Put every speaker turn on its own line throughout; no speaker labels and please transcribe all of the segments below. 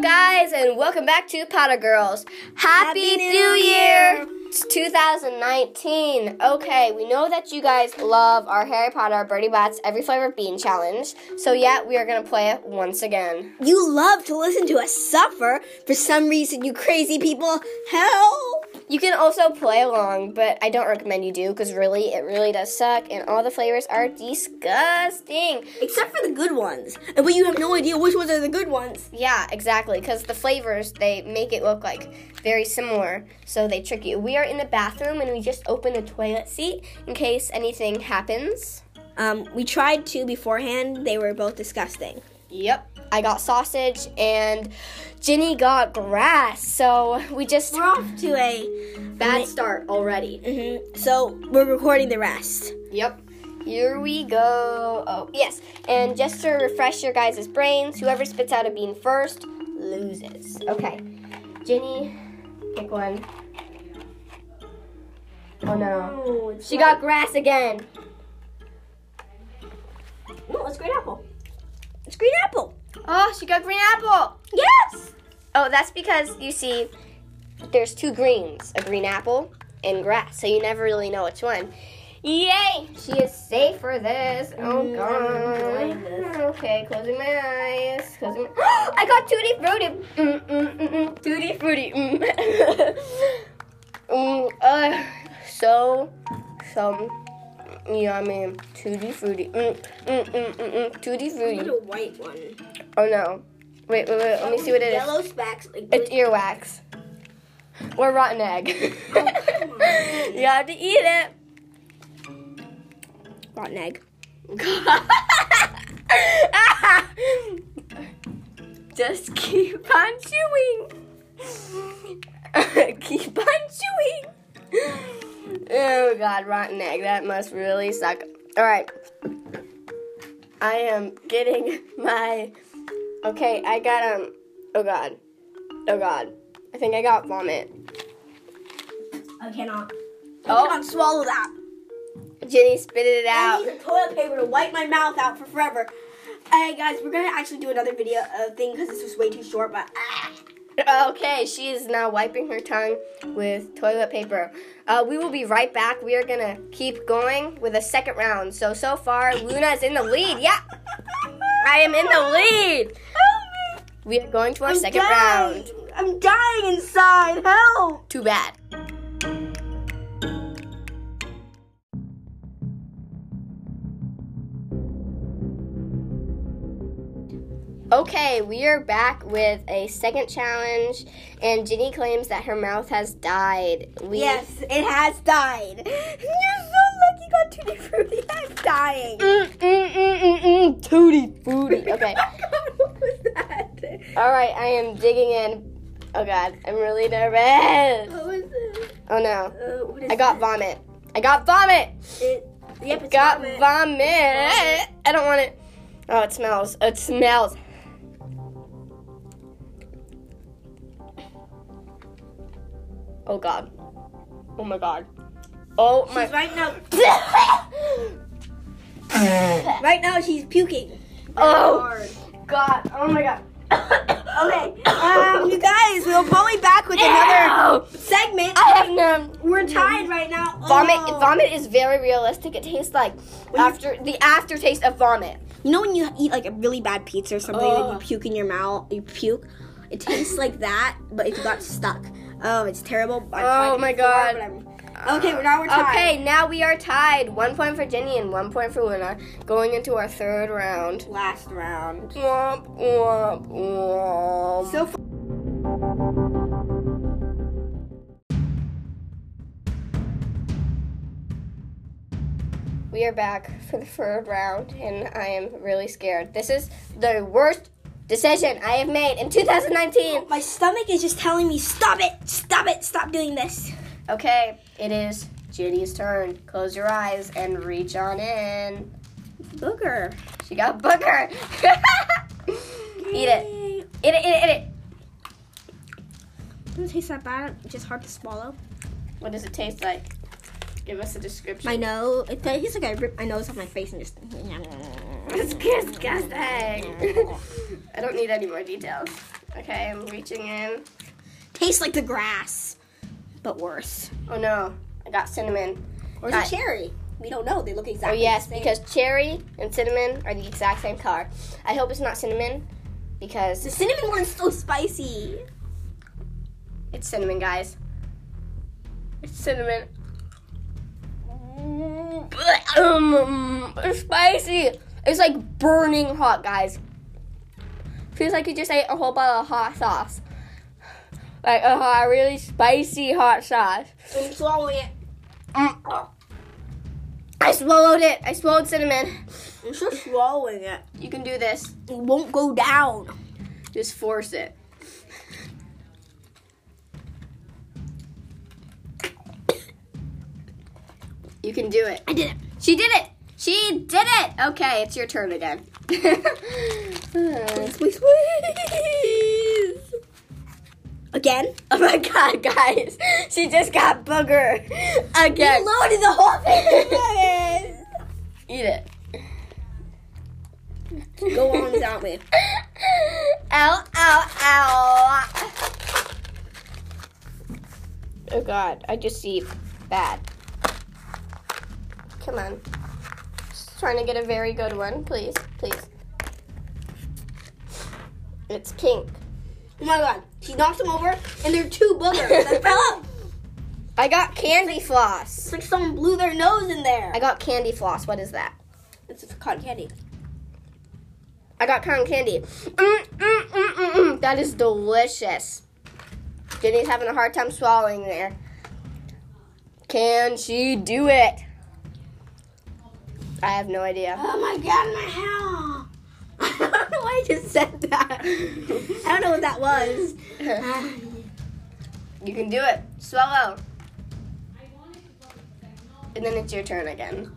guys, and welcome back to Potter Girls. Happy,
Happy
New,
New
Year!
Year.
It's 2019. Okay, we know that you guys love our Harry Potter Birdie Bots Every Flavor Bean Challenge, so yeah, we are gonna play it once again.
You love to listen to us suffer for some reason, you crazy people. Help!
You can also play along, but I don't recommend you do because really, it really does suck, and all the flavors are disgusting.
Except for the good ones. And But you have no idea which ones are the good ones.
Yeah, exactly. Because the flavors they make it look like very similar, so they trick you. We are in the bathroom, and we just open the toilet seat in case anything happens.
Um, we tried two beforehand, they were both disgusting.
Yep, I got sausage, and Ginny got grass. So we just
We're off to a.
bad start already.
hmm So we're recording the rest.
Yep. Here we go. Oh yes, and just to refresh your guys' brains, whoever spits out a bean first loses. Okay, Ginny, pick one. Oh no.
Oh,
She got grass again.
No, it's green apple. It's green apple.
Oh, she got green apple.
Yes!
Oh, that's because you see, there's two greens a green apple and grass, so you never really know which one. Yay! She is safe for this. Oh,
Mm, I like
God.
this.
Okay, closing my eyes. Closing my... I got Tutti Frutti. Mm, mm, mm, mm. Tutti Frutti. Mm. mm, uh, so, so yummy. Tutti Frutti. Mm, mm, mm, mm, mm. Tutti Frutti.
white one.
Oh no. Wait, wait, wait. Let me see what it is.
Yellow specks. Like
It's earwax. Or rotten egg. you have to eat it.
rotten egg.
Just keep on chewing. keep on chewing. Oh god, rotten egg. That must really suck. Alright. I am getting my. Okay, I got um. Oh god. Oh god. I think I got vomit.
I cannot. I
Oh,
cannot swallow that.
Jenny spit it
I
out.
need the toilet paper to wipe my mouth out for forever. Hey guys, we're gonna actually do another video uh, thing because this was way too short, but ah,
Okay, she is now wiping her tongue with toilet paper. Uh, we will be right back. We are gonna keep going with a second round. So so far, Luna is in the lead. Yeah, I am in the lead. We are going to our
I'm
second
dying.
round.
I'm dying inside. Help!
Too bad. Okay, we are back with a second challenge, and Ginny claims that her mouth has died. We,
Yes, it has died. You're so lucky, you got tutti frutti. I'm dying.
Mm, mm, mm, mm, mm, tooty booty. Okay.
Oh God, what was that?
All right, I am digging in. Oh God, I'm really nervous.
What was that?
Oh no,
Uh, what is
I got
that?
vomit. I got vomit.
It, yep, it's
got
vomit.
vomit. I don't want it. Oh, it smells. It smells. Oh God. Oh my God. Oh my.
She's right now. Right now, she's puking. Very
Oh.
hard.
God. Oh my God.
Okay. Um, you guys, we'll probably back with another segment.
I have no.
We're tied right now.
Vomit.
Oh.
Vomit is very realistic. It tastes like after the aftertaste of vomit.
You know when you eat like a really bad pizza or something and
Ugh.
you puke in your mouth, you puke. It tastes like that, but it got stuck. Oh, it's terrible. I tried
Oh
it
my
before,
God.
but I'm- okay, well, now we're tied.
Okay, now we are tied. One point for Jenny and one point for Luna, going into our third round.
Last round.
Womp, womp, womp.
So far.
we are back for the third round, and I am really scared. This is the worst decision I have made in 2019.
My stomach is just telling me, stop it, stop it, stop doing this.
Okay, it is Jenny's turn. Close your eyes and reach on in.
Booger.
She got booger. eat it.
Yay.
Eat it, eat it, eat it.
Doesn't taste that bad, just hard to swallow.
What does it taste like? Give us a description.
My nose, it tastes like I ripped my nose off my face and just.
It's disgusting. I don't need any more details. Okay, I'm reaching in.
Tastes like the grass, but worse.
Oh no, I got cinnamon.
Or is
Got-
it cherry? We don't know. They look
Oh
exactly.
yes,
the same.
because cherry and cinnamon are the exact same color. I hope it's not cinnamon because
the cinnamon one's so spicy.
It's cinnamon, guys. It's cinnamon. Um, it's spicy. It's like burning hot, guys. Feels like you just ate a whole bottle of hot sauce. Like a really spicy hot sauce.
And swallow it.
Mm. I swallowed it. I swallowed cinnamon.
I'm sure swallowing it.
You can do this.
It won't go down.
Just force it. You can do it.
I did it.
She did it. She did it. Okay, it's your turn again.
Please, please, please. Again?
oh my god, guys. She just got booger again.
Loaded the whole thing.
Eat it.
go on without me.
Ow, ow, ow. Oh god, I just see bad. Come on. Just trying to get a very good one, please, please. It's pink.
Oh my god. She knocked him over, and there are two boogers that fell out.
I got candy floss.
It's like someone blew their nose in there.
I got candy floss. What is that?
It's cotton candy.
I got cotton candy. Mm, mm, mm, mm, mm. That is delicious. Jenny's having a hard time swallowing there. Can she do it? I have no idea.
Oh my god, my hell. I don't know why I just said that. I don't know what that was.
You can do it. Swallow. And then it's your turn again.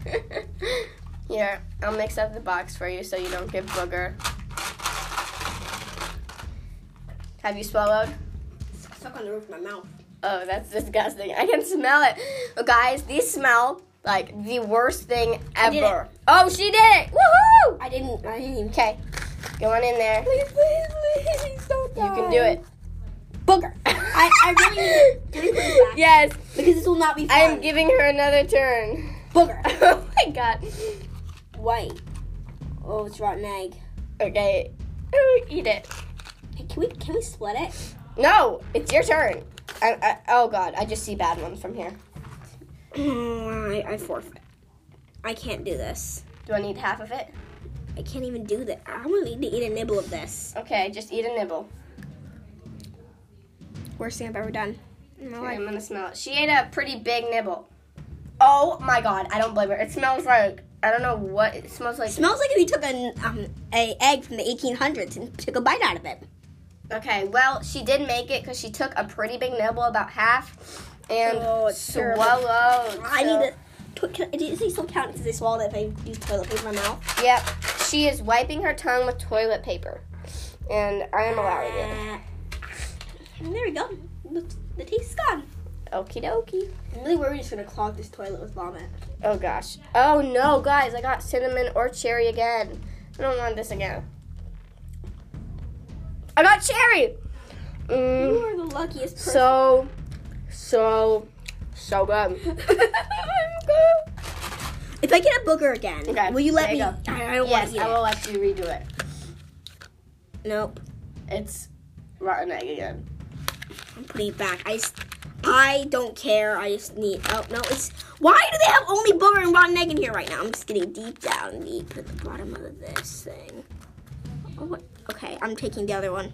Here, I'll mix up the box for you so you don't get booger. Have you swallowed?
stuck on the roof of my mouth.
Oh, that's disgusting. I can smell it. Oh, guys, these smell like the worst thing
did
ever. Oh, she did it. Woohoo!
I didn't. I didn't. even-
Okay, go on in there.
Please, please, please, don't die.
You can do it. Booger.
I, I really give it back
Yes,
because this will not be fun.
I am giving her another turn.
booger.
oh my god.
White. Oh, it's rotten egg.
Okay, Oh, eat it.
Hey, can we can we split it?
No, it's your turn. I, I, oh god, I just see bad ones from here.
I, I forfeit. I can't do this.
Do I need half of it?
I can't even do that. I want to eat a nibble of this.
Okay, just eat a nibble.
Worst thing I've ever done. in my
Okay,
life.
I'm gonna smell it. She ate a pretty big nibble. Oh my god, I don't blame her. It smells like I don't know what it smells like.
It smells like if you took an um, a egg from the 1800s and took a bite out of it.
Okay, well she did make it because she took a pretty big nibble, about half, and
Oh, it's
swallowed.
terrible. I
so-
need to. Tw- can, does it still count because I swallowed it if I use toilet paper in my mouth?
Yep, she is wiping her tongue with toilet paper, and I am allowing it.
And Uh, there we go. The, the taste's gone.
Okie dokie.
I'm really worried it's gonna clog this toilet with vomit.
Oh gosh. Oh no, guys, I got cinnamon or cherry again. I don't want this again. I got cherry. Mm.
You are the luckiest person.
So, so, so good.
if I get a booger again,
Okay,
will you let
there
me?
you
I, I don't
yes, I
want to eat
will let you redo it.
it. Nope.
It's rotten egg again.
I'm putting it back. I just, I don't care. I just need. Oh no, it's. Why do they have only booger and rotten egg in here right now? I'm just getting deep down deep at the bottom of this thing. Oh, what? Okay, I'm taking the other one.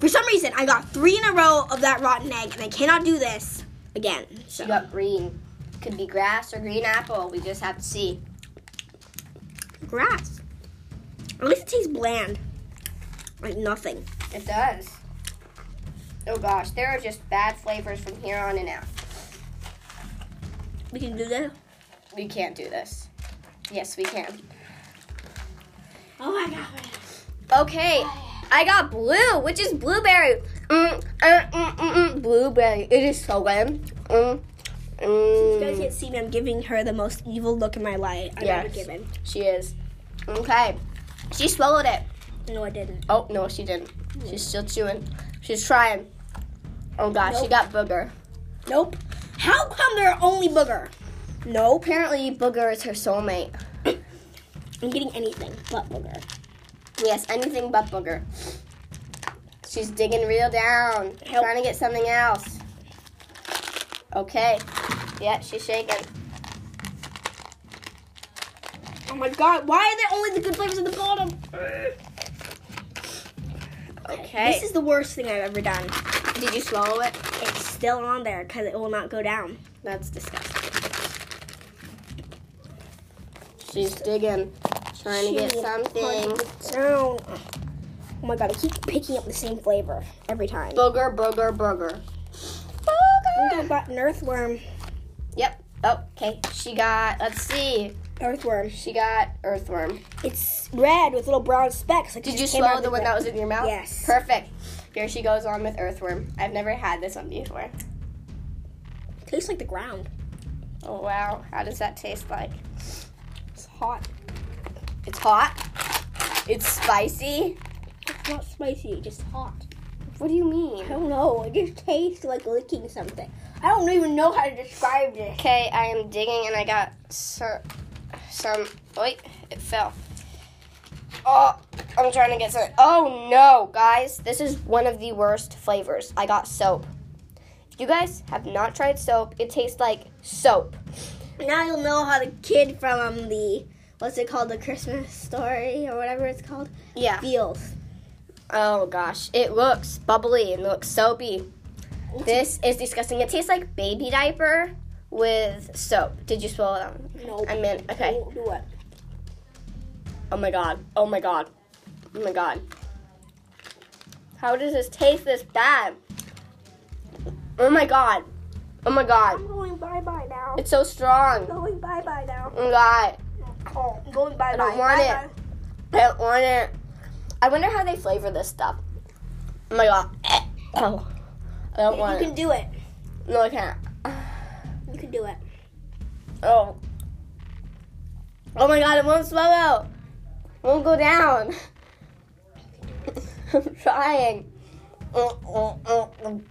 For some reason, I got three in a row of that rotten egg, and I cannot do this again. So
She got green. Could be grass or green apple. We just have to see.
grass. At least it tastes bland. Like nothing.
It does. Oh gosh, there are just bad flavors from here on and out.
We can do that.
We can't do this. Yes, we can.
Oh my god.
Okay, I got blue, which is blueberry. Mm, mm, mm, mm, mm, blueberry. It is so good. Mm,
You guys
mm.
can't see me. I'm giving her the most evil look in my life I've ever
Yes.
given.
She is. Okay. She swallowed it.
No, I didn't.
Oh no, she didn't. She's still chewing. She's trying. Oh gosh, she
Nope.
got booger.
Nope. How come they're only booger? Nope.
Apparently, booger is her soulmate.
I'm getting anything but booger.
Yes, anything but booger. She's digging real down,
Help.
trying to get something else. Okay. Yeah, she's shaking.
Oh my god, why are there only the good flavors at the bottom?
Okay.
This is the worst thing I've ever done.
Did you swallow it?
It's still on there because it will not go down.
That's disgusting. She's digging, trying to get
Shit.
something.
Down. Oh my god, I keep picking up the same flavor every time.
Booger, booger, booger.
I think I got an earthworm.
Yep. Oh, okay. She got. Let's see.
Earthworm.
She got earthworm.
It's red with little brown specks. Like it
Did
just
you
came
swallow
out
the
of
one
red.
that was in your mouth?
Yes.
Perfect. Here she goes on with earthworm. I've never had this one before.
tastes like the ground?
Oh wow. How does that taste like?
It's hot.
It's hot. It's spicy.
It's not spicy. It's just hot.
What do you mean?
I don't know. It just tastes like licking something. I don't even know how to describe this.
Okay, I am digging and I got some. Some. Wait, it fell. Oh, I'm trying to get some. Oh no, guys, this is one of the worst flavors. I got soap. If you guys have not tried soap, it tastes like soap.
Now you'll know how the kid from um, the what's it called, the Christmas story or whatever it's called,
Yeah.
feels.
Oh gosh, it looks bubbly and looks soapy. This is disgusting. It tastes like baby diaper with soap. Did you swallow that one?
No.
I meant, okay.
Don't do it.
Oh my god. Oh my god. Oh my god. How does this taste this bad? Oh my god. Oh my god.
I'm going bye bye now.
It's so strong.
I'm going bye bye now.
Oh my god.
Oh, I'm going bye bye.
don't want it. I don't want it. I wonder how they flavor this stuff. Oh my god. Oh. I don't want
You can
it.
do it.
No, I can't.
You can do it.
Oh. Oh my god, it won't swallow. It won't go down. I'm trying. Mm, mm, mm, mm.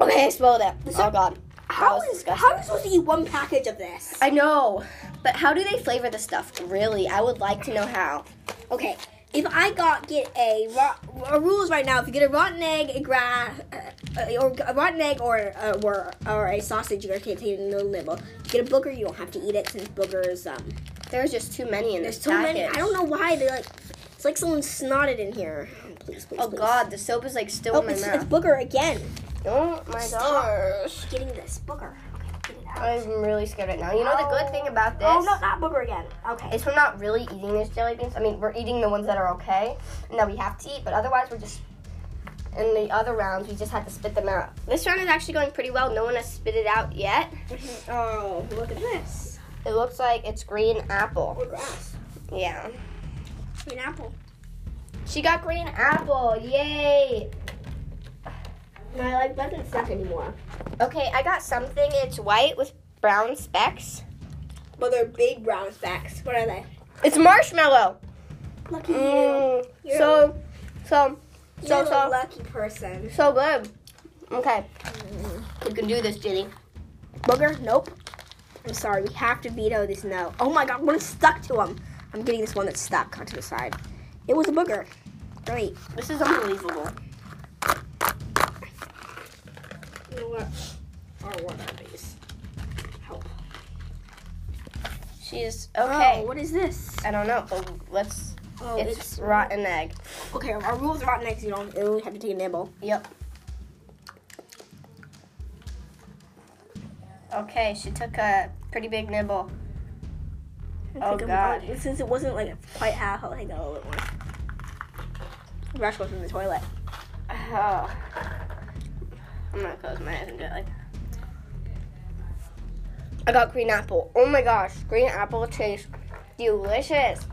Okay, I swallowed it. Oh god. That was disgusting.
how are we supposed to eat one package of this?
I know. But how do they flavor the stuff? Really? I would like to know how.
Okay, if I got get a rot, uh, rules right now, if you get a rotten egg, a gra, uh, uh, or a rotten egg or uh, or, or a sausage, you can't take a little nibble. If you get a booger, you don't have to eat it since booger is um.
There's just too many in this
There's so
package.
many. I don't know why they like. It's like someone snotted in here. Oh, please, please,
Oh
please.
god, the soap is like still
Oh,
in my
it's, it's
mouth.
booger again.
Oh my gosh.
Getting this booger. Okay, get it out.
I'm really scared right now. You know the good thing about this?
Oh no, not booger again. Okay.
is we're not really eating these jelly beans. I mean, we're eating the ones that are okay and that we have to eat, but otherwise we're just in the other rounds we just had to spit them out. This round is actually going pretty well. No one has spit it out yet.
Oh, look at this.
It looks like it's green apple.
grass.
Yeah.
An apple.
She got green apple. Yay.
My leg doesn't suck anymore.
Okay, I got something. It's white with brown specks.
But they're big brown specks. What are they?
It's marshmallow.
Lucky
Mm,
You're-
so so
you.
so
You're a
so
lucky person.
so good. Okay. You can do this, Jenny.
Booger? Nope. I'm sorry. We have to veto this no. Oh my god, one is stuck to him. I'm getting this one that's stuck onto the side. It was a booger. Great.
This is unbelievable.
What are what are these? Help.
She's
Okay.
okay.
Oh, what is this?
I don't know, but let's.
Oh,
Oh. it's, rotten egg.
Okay, our rules are rotten eggs. You don't. You have to take a nibble.
Yep. Okay, she took a pretty big nibble. Oh,
Take a-
God.
uh, Since it wasn't like quite half, I'll take that a little bit more. Rush goes in the toilet.
Oh. I'm gonna close my eyes and do it like. I got green apple. Oh my gosh, green apple tastes delicious.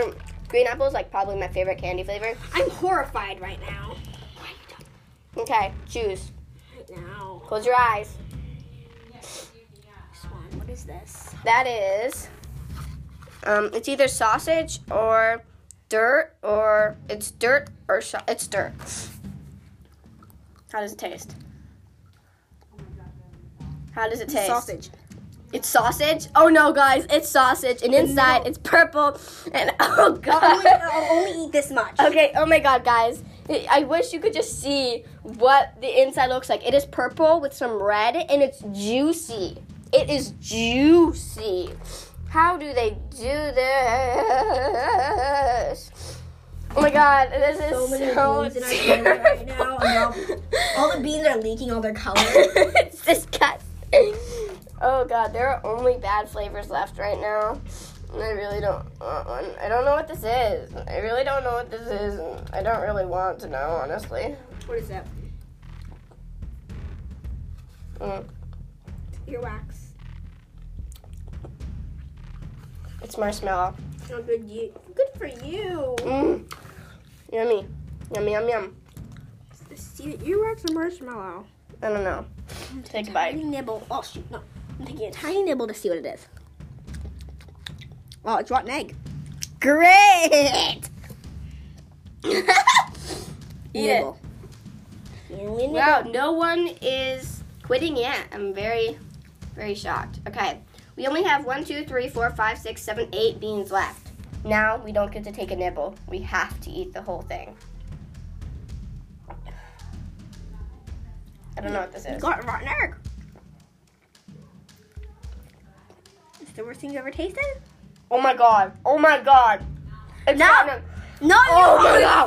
Um, green apple is like probably my favorite candy flavor.
I'm horrified right now. Why are you talking
Okay, choose.
right now?
Close your eyes.
This one. What is this?
That is, um, it's either sausage or dirt or it's dirt or sh- it's dirt. How does it taste? How does it taste?
Sausage.
It's sausage. Oh no, guys, it's sausage, and inside it's purple. And oh
I'll
god.
only, I'll only eat this much.
Okay, oh my god, guys. I- I wish you could just see what the inside looks like. It is purple with some red and it's juicy. It is juicy. How do they do this? Oh my god, this is
So
so
many beans in our hand
terrible.
right now, and All the beans are leaking all their color.
it's disgusting. Oh god, there are only bad flavors left right now. I really don't. want one. I don't know what this is. I really don't know what this is. and I don't really want to know, honestly.
what is that?
Mm.
Earwax.
It's marshmallow.
Oh, good, you. good for you.
Mm. Yummy. Yum yum yum.
Is it earwax or marshmallow?
I don't know. Take a bite.
Tiny nibble. Oh, shoot, no. I'm taking a tiny nibble to see what it is. Oh, it's rotten egg.
Great. Eat it.
nibble. Really nibble.
Wow, no one is quitting yet. I'm very, very shocked. Okay, we only have one, two, three, four, five, six, seven, eight beans left. Now we don't get to take a nibble. We have to eat the whole thing. I don't know what this
You
is.
got rotten egg. It's the worst thing you ever tasted?
Oh my god. Oh my god. It's
Now-
not-
No, you
Oh
know how
my
I
God.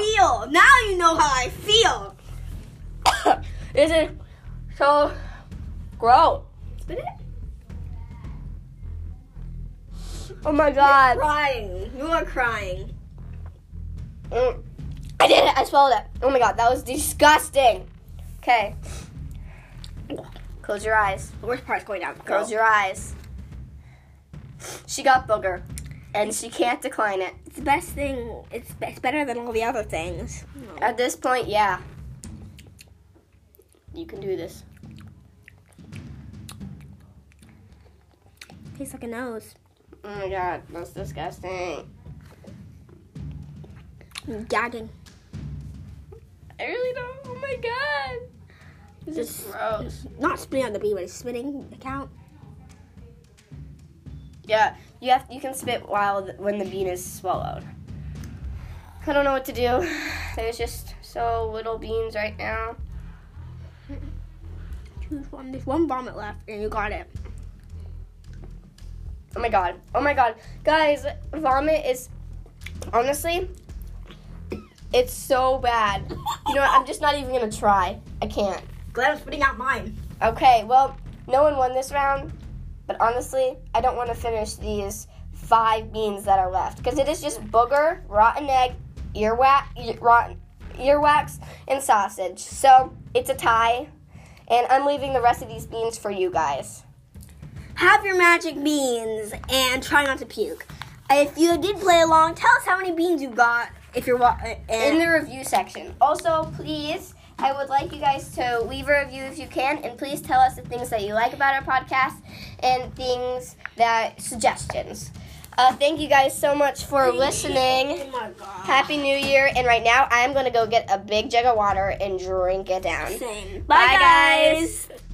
feel. Now you know how I feel.
this is so gross.
Spit it.
Oh my
You're
god.
crying. You are crying.
Mm. I did it. I swallowed it. Oh my god, that was disgusting. Okay. Close your eyes.
The worst part's going down. Girl.
Close your eyes. She got booger, and she can't decline it.
It's the best thing. It's, be- it's better than all the other things.
At this point, yeah. You can do this.
Tastes like a nose.
Oh my god, that's disgusting.
I'm gagging.
I really don't. Oh my god. This is
Just-
gross.
Not spitting on the bee, but it's spitting account.
Yeah, you have. You can spit while the, when the bean is swallowed. I don't know what to do. There's just so little beans right now.
Choose one. There's one vomit left, and you got it.
Oh my god. Oh my god. Guys, vomit is honestly it's so bad. You know what? I'm just not even going to try. I can't.
Glad I'm spitting out mine.
Okay, well, no one won this round, but honestly, I don't want to finish these 5 beans that are left cuz it is just booger, rotten egg, earwax, e- rotten earwax and sausage. So, it's a tie. And I'm leaving the rest of these beans for you guys.
Have your magic beans and try not to puke. If you did play along, tell us how many beans you got. If you're wa- uh, and
in the review section. Also, please, I would like you guys to leave a review if you can, and please tell us the things that you like about our podcast and things that suggestions. Uh, thank you guys so much for listening.
Oh my god.
Happy New Year! And right now, I'm gonna go get a big jug of water and drink it down.
Same.
Bye, guys.